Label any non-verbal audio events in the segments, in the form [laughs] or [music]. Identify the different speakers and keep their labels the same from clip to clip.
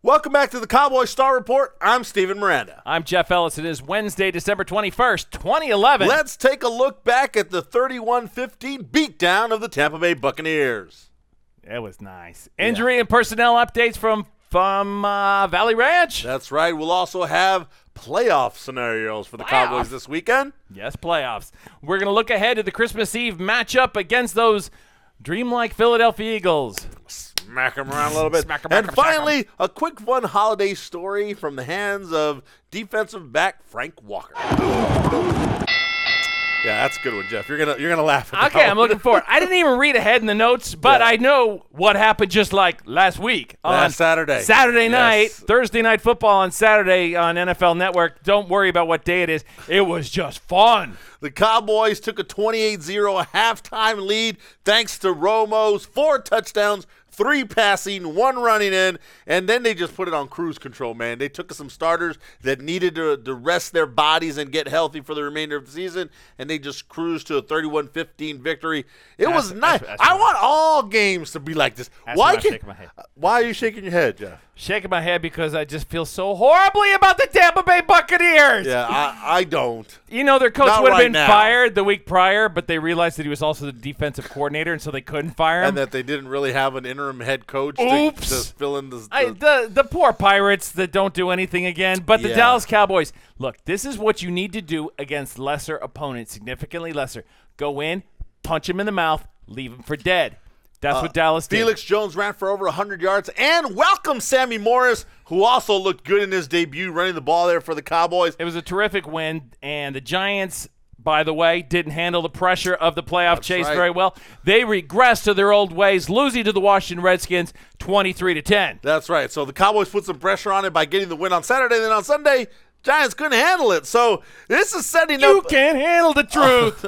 Speaker 1: Welcome back to the Cowboy Star Report. I'm Steven Miranda.
Speaker 2: I'm Jeff Ellis. It is Wednesday, December 21st, 2011.
Speaker 1: Let's take a look back at the 31 15 beatdown of the Tampa Bay Buccaneers.
Speaker 2: It was nice. Injury and personnel updates from from uh, Valley Ranch.
Speaker 1: That's right. We'll also have playoff scenarios for the Cowboys this weekend.
Speaker 2: Yes, playoffs. We're going to look ahead to the Christmas Eve matchup against those dreamlike Philadelphia Eagles.
Speaker 1: Smack them around a little bit.
Speaker 2: Smack 'em,
Speaker 1: and
Speaker 2: smack 'em, smack 'em.
Speaker 1: finally, a quick fun holiday story from the hands of defensive back Frank Walker. Yeah, that's a good one, Jeff. You're gonna you're gonna laugh. At that
Speaker 2: Okay, I'm
Speaker 1: one.
Speaker 2: looking forward. I didn't even read ahead in the notes, but
Speaker 1: Oh. Yeah.
Speaker 2: I know what happened just like last week on
Speaker 1: Last Saturday.
Speaker 2: Saturday night,
Speaker 1: Yes.
Speaker 2: Thursday night football on Saturday on NFL Network. Don't worry about what day it is. It was just fun.
Speaker 1: The Cowboys took a 28-0 halftime lead thanks to Romo's four touchdowns, three passing, one running in, and then they just put it on cruise control, man. They took some starters that needed to, to rest their bodies and get healthy for the remainder of the season, and they just cruised to a 31-15 victory. It was nice.
Speaker 2: that's-
Speaker 1: I want all games to be like this. Why
Speaker 2: what I'm
Speaker 1: can,
Speaker 2: shaking my head.
Speaker 1: Why are you shaking your head, Jeff?
Speaker 2: Shaking my head because I just feel so horribly about the Tampa Bay Buccaneers.
Speaker 1: Yeah, I, I don't.
Speaker 2: You know, their coach
Speaker 1: Not
Speaker 2: would have
Speaker 1: right
Speaker 2: been
Speaker 1: now.
Speaker 2: fired the week prior, but they realized that he was also the defensive coordinator, and so they couldn't fire him.
Speaker 1: And that they didn't really have an interim head coach to,
Speaker 2: Oops.
Speaker 1: to fill in the,
Speaker 2: I,
Speaker 1: the
Speaker 2: the the poor Pirates that don't do anything again, but the
Speaker 1: Yeah.
Speaker 2: Dallas Cowboys. Look, this is what you need to do against lesser opponents, significantly lesser. Go in, punch him in the mouth, leave him for dead. That's what Dallas did.
Speaker 1: Uh, Felix Jones ran for over 100 yards and welcome Sammy Morris, who also looked good in his debut running the ball there for the Cowboys.
Speaker 2: It was a terrific win, and the Giants, by the way, didn't handle the pressure of the playoff chase
Speaker 1: right.
Speaker 2: very well. They regressed to their old ways, losing to the Washington Redskins, twenty-three to ten.
Speaker 1: That's right. So the Cowboys put some pressure on it by getting the win on Saturday. Then on Sunday, Giants couldn't handle it. So this is setting
Speaker 2: You
Speaker 1: up
Speaker 2: can't handle the
Speaker 1: [laughs]
Speaker 2: truth.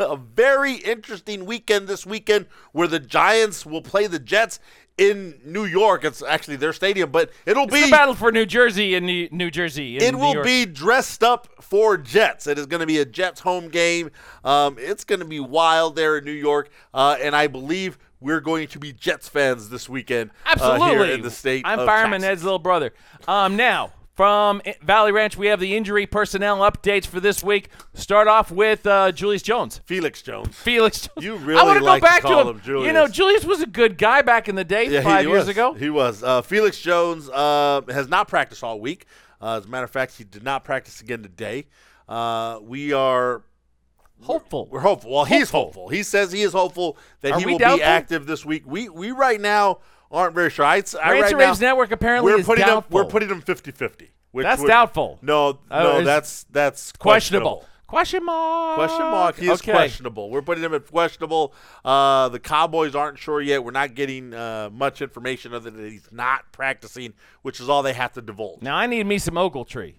Speaker 1: a very interesting weekend this weekend where the Giants will play the Jets in New York. It's actually their stadium, but it'll
Speaker 2: the
Speaker 1: be
Speaker 2: battle for New Jersey in New, New Jersey. in
Speaker 1: It
Speaker 2: New
Speaker 1: will
Speaker 2: York.
Speaker 1: be dressed up for Jets. It is going to be a Jets home game. Um, it's going to be wild there in New York, uh, and I believe we're going to be Jets fans this weekend. uh,
Speaker 2: Absolutely.
Speaker 1: here in the state.
Speaker 2: I'm
Speaker 1: of
Speaker 2: Fireman
Speaker 1: Texas.
Speaker 2: Ed's little brother. Um, now, from I- Valley Ranch, we have the injury personnel updates for this week. Start off with uh, Julius Jones.
Speaker 1: Felix Jones.
Speaker 2: Felix Jones.
Speaker 1: You
Speaker 2: I
Speaker 1: really
Speaker 2: wanna go
Speaker 1: like to
Speaker 2: back
Speaker 1: call
Speaker 2: him.
Speaker 1: him Julius.
Speaker 2: You know, Julius was a good guy back in the day,
Speaker 1: Yeah, he
Speaker 2: five years
Speaker 1: was.
Speaker 2: ago.
Speaker 1: He was. Uh, Felix Jones uh, has not practiced all week. Uh, as a matter of fact, he did not practice again today. Uh, we are
Speaker 2: Hopeful.
Speaker 1: We're hopeful. Well, he's hopeful. He says he is hopeful that
Speaker 2: Are
Speaker 1: he
Speaker 2: we
Speaker 1: will be
Speaker 2: doubtful?
Speaker 1: active this week. We we right now aren't very sure. I, I
Speaker 2: Rancher
Speaker 1: right now,
Speaker 2: Raves Network apparently
Speaker 1: we're
Speaker 2: is
Speaker 1: putting him,
Speaker 2: doubtful.
Speaker 1: we're putting him 50-50. which
Speaker 2: That's
Speaker 1: would-
Speaker 2: doubtful.
Speaker 1: No,
Speaker 2: Uh,
Speaker 1: no,
Speaker 2: is-
Speaker 1: that's that's
Speaker 2: questionable. Question mark.
Speaker 1: Question mark. He is
Speaker 2: okay.
Speaker 1: questionable. We're putting him at questionable. Uh, the Cowboys aren't sure yet. We're not getting uh, much information other than he's not practicing, which is all they have to divulge.
Speaker 2: Now I need me some Ogletree.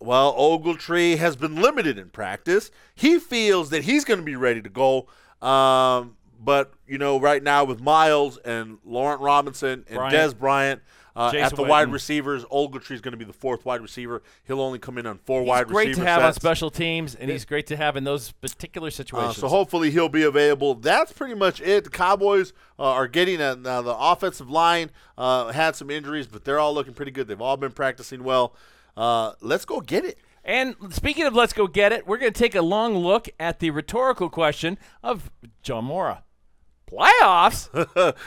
Speaker 1: Well, Ogletree has been limited in practice. He feels that he's going to be ready to go. Um, but, you know, right now with Miles and Laurent Robinson and
Speaker 2: Bryant.
Speaker 1: Des Bryant uh,
Speaker 2: Jason
Speaker 1: at the
Speaker 2: Witten.
Speaker 1: wide receivers, Ogletree is going to be the fourth wide receiver. He'll only come in on four
Speaker 2: He's
Speaker 1: wide
Speaker 2: great to
Speaker 1: receiver
Speaker 2: have on
Speaker 1: sets.
Speaker 2: special teams, and he's great to have in those particular
Speaker 1: Uh,
Speaker 2: situations.
Speaker 1: so hopefully he'll be available. That's pretty much it. The Cowboys uh, are getting a, now the offensive line uh, had some injuries, but they're all looking pretty good. They've all been practicing well. Uh, let's go get it.
Speaker 2: And speaking of let's go get it, we're going to take a long look at the rhetorical question of John Mora. Playoffs?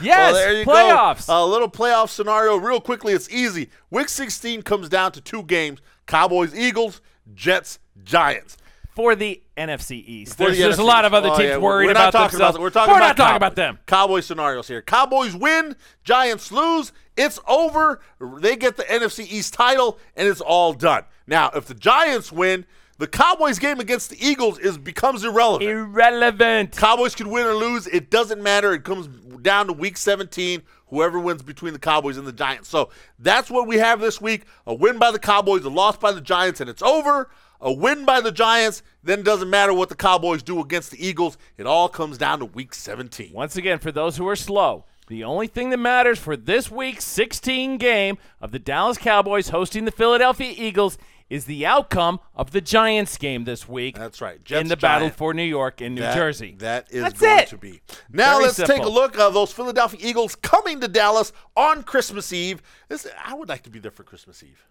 Speaker 2: yes,
Speaker 1: [laughs] well, there you
Speaker 2: playoffs.
Speaker 1: Go. A little playoff scenario, real quickly. It's easy. Week 16 comes down to two games: Cowboys, Eagles, Jets, Giants.
Speaker 2: for the NFC East.
Speaker 1: For
Speaker 2: There's,
Speaker 1: the
Speaker 2: there's a
Speaker 1: NFC.
Speaker 2: lot of other
Speaker 1: Oh,
Speaker 2: teams
Speaker 1: yeah,
Speaker 2: worried
Speaker 1: we're not
Speaker 2: about
Speaker 1: talking
Speaker 2: themselves.
Speaker 1: About, we're talking about
Speaker 2: not talking about
Speaker 1: Cowboys.
Speaker 2: them.
Speaker 1: Cowboy scenarios here. Cowboys win, Giants lose. It's over. They get the NFC East title, and it's all done. Now, if the Giants win, the Cowboys game against the Eagles is becomes irrelevant.
Speaker 2: Irrelevant.
Speaker 1: Cowboys could win or lose. It doesn't matter. It comes down to week 17, whoever wins between the Cowboys and the Giants. So that's what we have this week a win by the Cowboys, a loss by the Giants, and it's over. A win by the Giants, then it doesn't matter what the Cowboys do against the Eagles. It all comes down to week 17.
Speaker 2: Once again, for those who are slow, the only thing that matters for this week's 16 game of the Dallas Cowboys hosting the Philadelphia Eagles is the outcome of the Giants game this week.
Speaker 1: That's right.
Speaker 2: in the
Speaker 1: Jets-Giants.
Speaker 2: battle for New York and New
Speaker 1: That-
Speaker 2: Jersey.
Speaker 1: That is
Speaker 2: That's
Speaker 1: going
Speaker 2: it.
Speaker 1: to be. Now
Speaker 2: Very
Speaker 1: let's take a
Speaker 2: simple.
Speaker 1: look at those Philadelphia Eagles coming to Dallas on Christmas Eve. This, I would like to be there for Christmas Eve.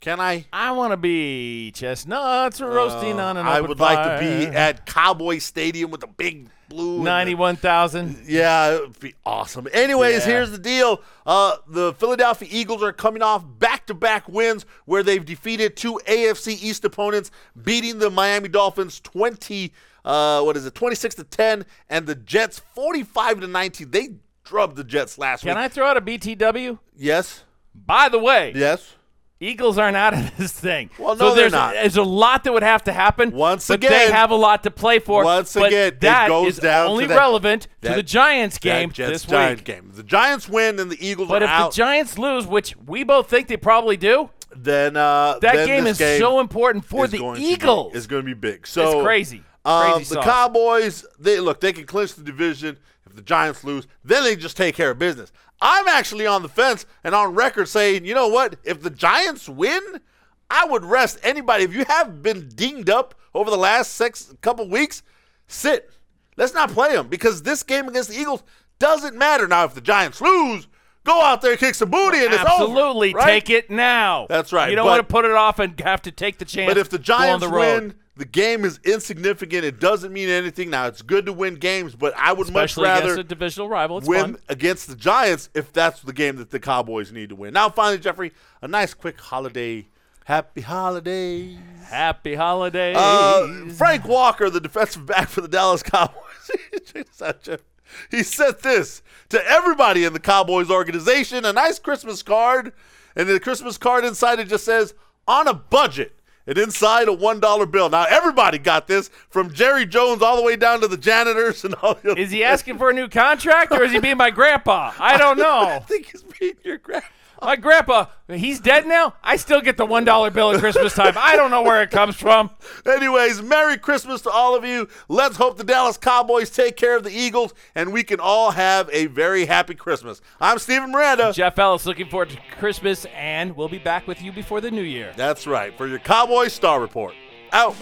Speaker 1: Can I?
Speaker 2: I want to be chestnuts roasting on an
Speaker 1: Oh, I
Speaker 2: open
Speaker 1: would
Speaker 2: fire.
Speaker 1: like to be at Cowboy Stadium with the big blue. and the-
Speaker 2: 91,000.
Speaker 1: Yeah, it would be awesome. Anyways,
Speaker 2: Yeah.
Speaker 1: here's the deal. Uh, the Philadelphia Eagles are coming off back to back wins where they've defeated two AFC East opponents, beating the Miami Dolphins 20, uh, what is it, 26 to 10, and the Jets 45 to 19. They drubbed the Jets last
Speaker 2: Can
Speaker 1: week.
Speaker 2: I throw out a BTW?
Speaker 1: Yes.
Speaker 2: By the way,
Speaker 1: Yes.
Speaker 2: Eagles aren't out of [laughs] this thing.
Speaker 1: Well,
Speaker 2: so
Speaker 1: no, they're
Speaker 2: there's,
Speaker 1: not.
Speaker 2: there's a lot that would have to happen.
Speaker 1: Once
Speaker 2: but
Speaker 1: again-
Speaker 2: they have a lot to play for.
Speaker 1: Once
Speaker 2: but
Speaker 1: again, it
Speaker 2: that
Speaker 1: goes
Speaker 2: is
Speaker 1: down to
Speaker 2: only
Speaker 1: that-
Speaker 2: relevant to
Speaker 1: that-
Speaker 2: the Giants game
Speaker 1: That Jets
Speaker 2: this
Speaker 1: Giant
Speaker 2: week.
Speaker 1: game. The Giants win and the Eagles
Speaker 2: But
Speaker 1: are
Speaker 2: if
Speaker 1: out.
Speaker 2: the Giants lose, which we both think they probably do,
Speaker 1: then uh,
Speaker 2: that
Speaker 1: then
Speaker 2: game
Speaker 1: this
Speaker 2: is so important for
Speaker 1: is
Speaker 2: the
Speaker 1: going to be-
Speaker 2: Eagles.
Speaker 1: it's going to be big. So
Speaker 2: crazy.
Speaker 1: Um,
Speaker 2: Crazy
Speaker 1: the
Speaker 2: sauce.
Speaker 1: Cowboys, they look, they can clinch the division if the Giants lose. Then they just take care of business. I'm actually on the fence and on record saying, you know what? If the Giants win, I would rest anybody. If you have been dinged up over the last six couple weeks, sit. Let's not play them because this game against the Eagles doesn't matter. Now, if the Giants lose, go out there, kick some booty, and it's over.
Speaker 2: Absolutely,
Speaker 1: right?
Speaker 2: take it now.
Speaker 1: That's right,
Speaker 2: You don't
Speaker 1: but-
Speaker 2: want to put it off and have to take the chance.
Speaker 1: But if the
Speaker 2: go on
Speaker 1: Giants
Speaker 2: the road.
Speaker 1: win, the game is insignificant. It doesn't mean anything. Now it's good to win games, but I would
Speaker 2: especially
Speaker 1: much
Speaker 2: against
Speaker 1: rather
Speaker 2: a divisional rival, it's
Speaker 1: win
Speaker 2: fun.
Speaker 1: against the Giants if that's the game that the Cowboys need to win. Now, finally, Jeffrey, a nice quick holiday. Happy holidays.
Speaker 2: Happy holidays.
Speaker 1: Uh, Frank Walker, the defensive back for the Dallas Cowboys. [laughs] Check this out, Jeff. He sent this to everybody in the Cowboys organization a nice Christmas card. And the Christmas card inside it just says, on a budget. And inside a $1 bill. Now, everybody got this from Jerry Jones all the way down to the janitors and all the other-
Speaker 2: is he asking for a new contract or is he being my grandpa? I don't
Speaker 1: [laughs] I
Speaker 2: know.
Speaker 1: think he's being your grandpa.
Speaker 2: My grandpa, he's dead now. I still get the one dollar bill at Christmas time. I don't know where it comes from.
Speaker 1: Anyways, Merry Christmas to all of you. Let's hope the Dallas Cowboys take care of the Eagles and we can all have a very happy Christmas. I'm Steven Miranda.
Speaker 2: Jeff Ellis looking forward to Christmas, and we'll be back with you before the new year.
Speaker 1: That's right. For your Cowboy Star Report. Out.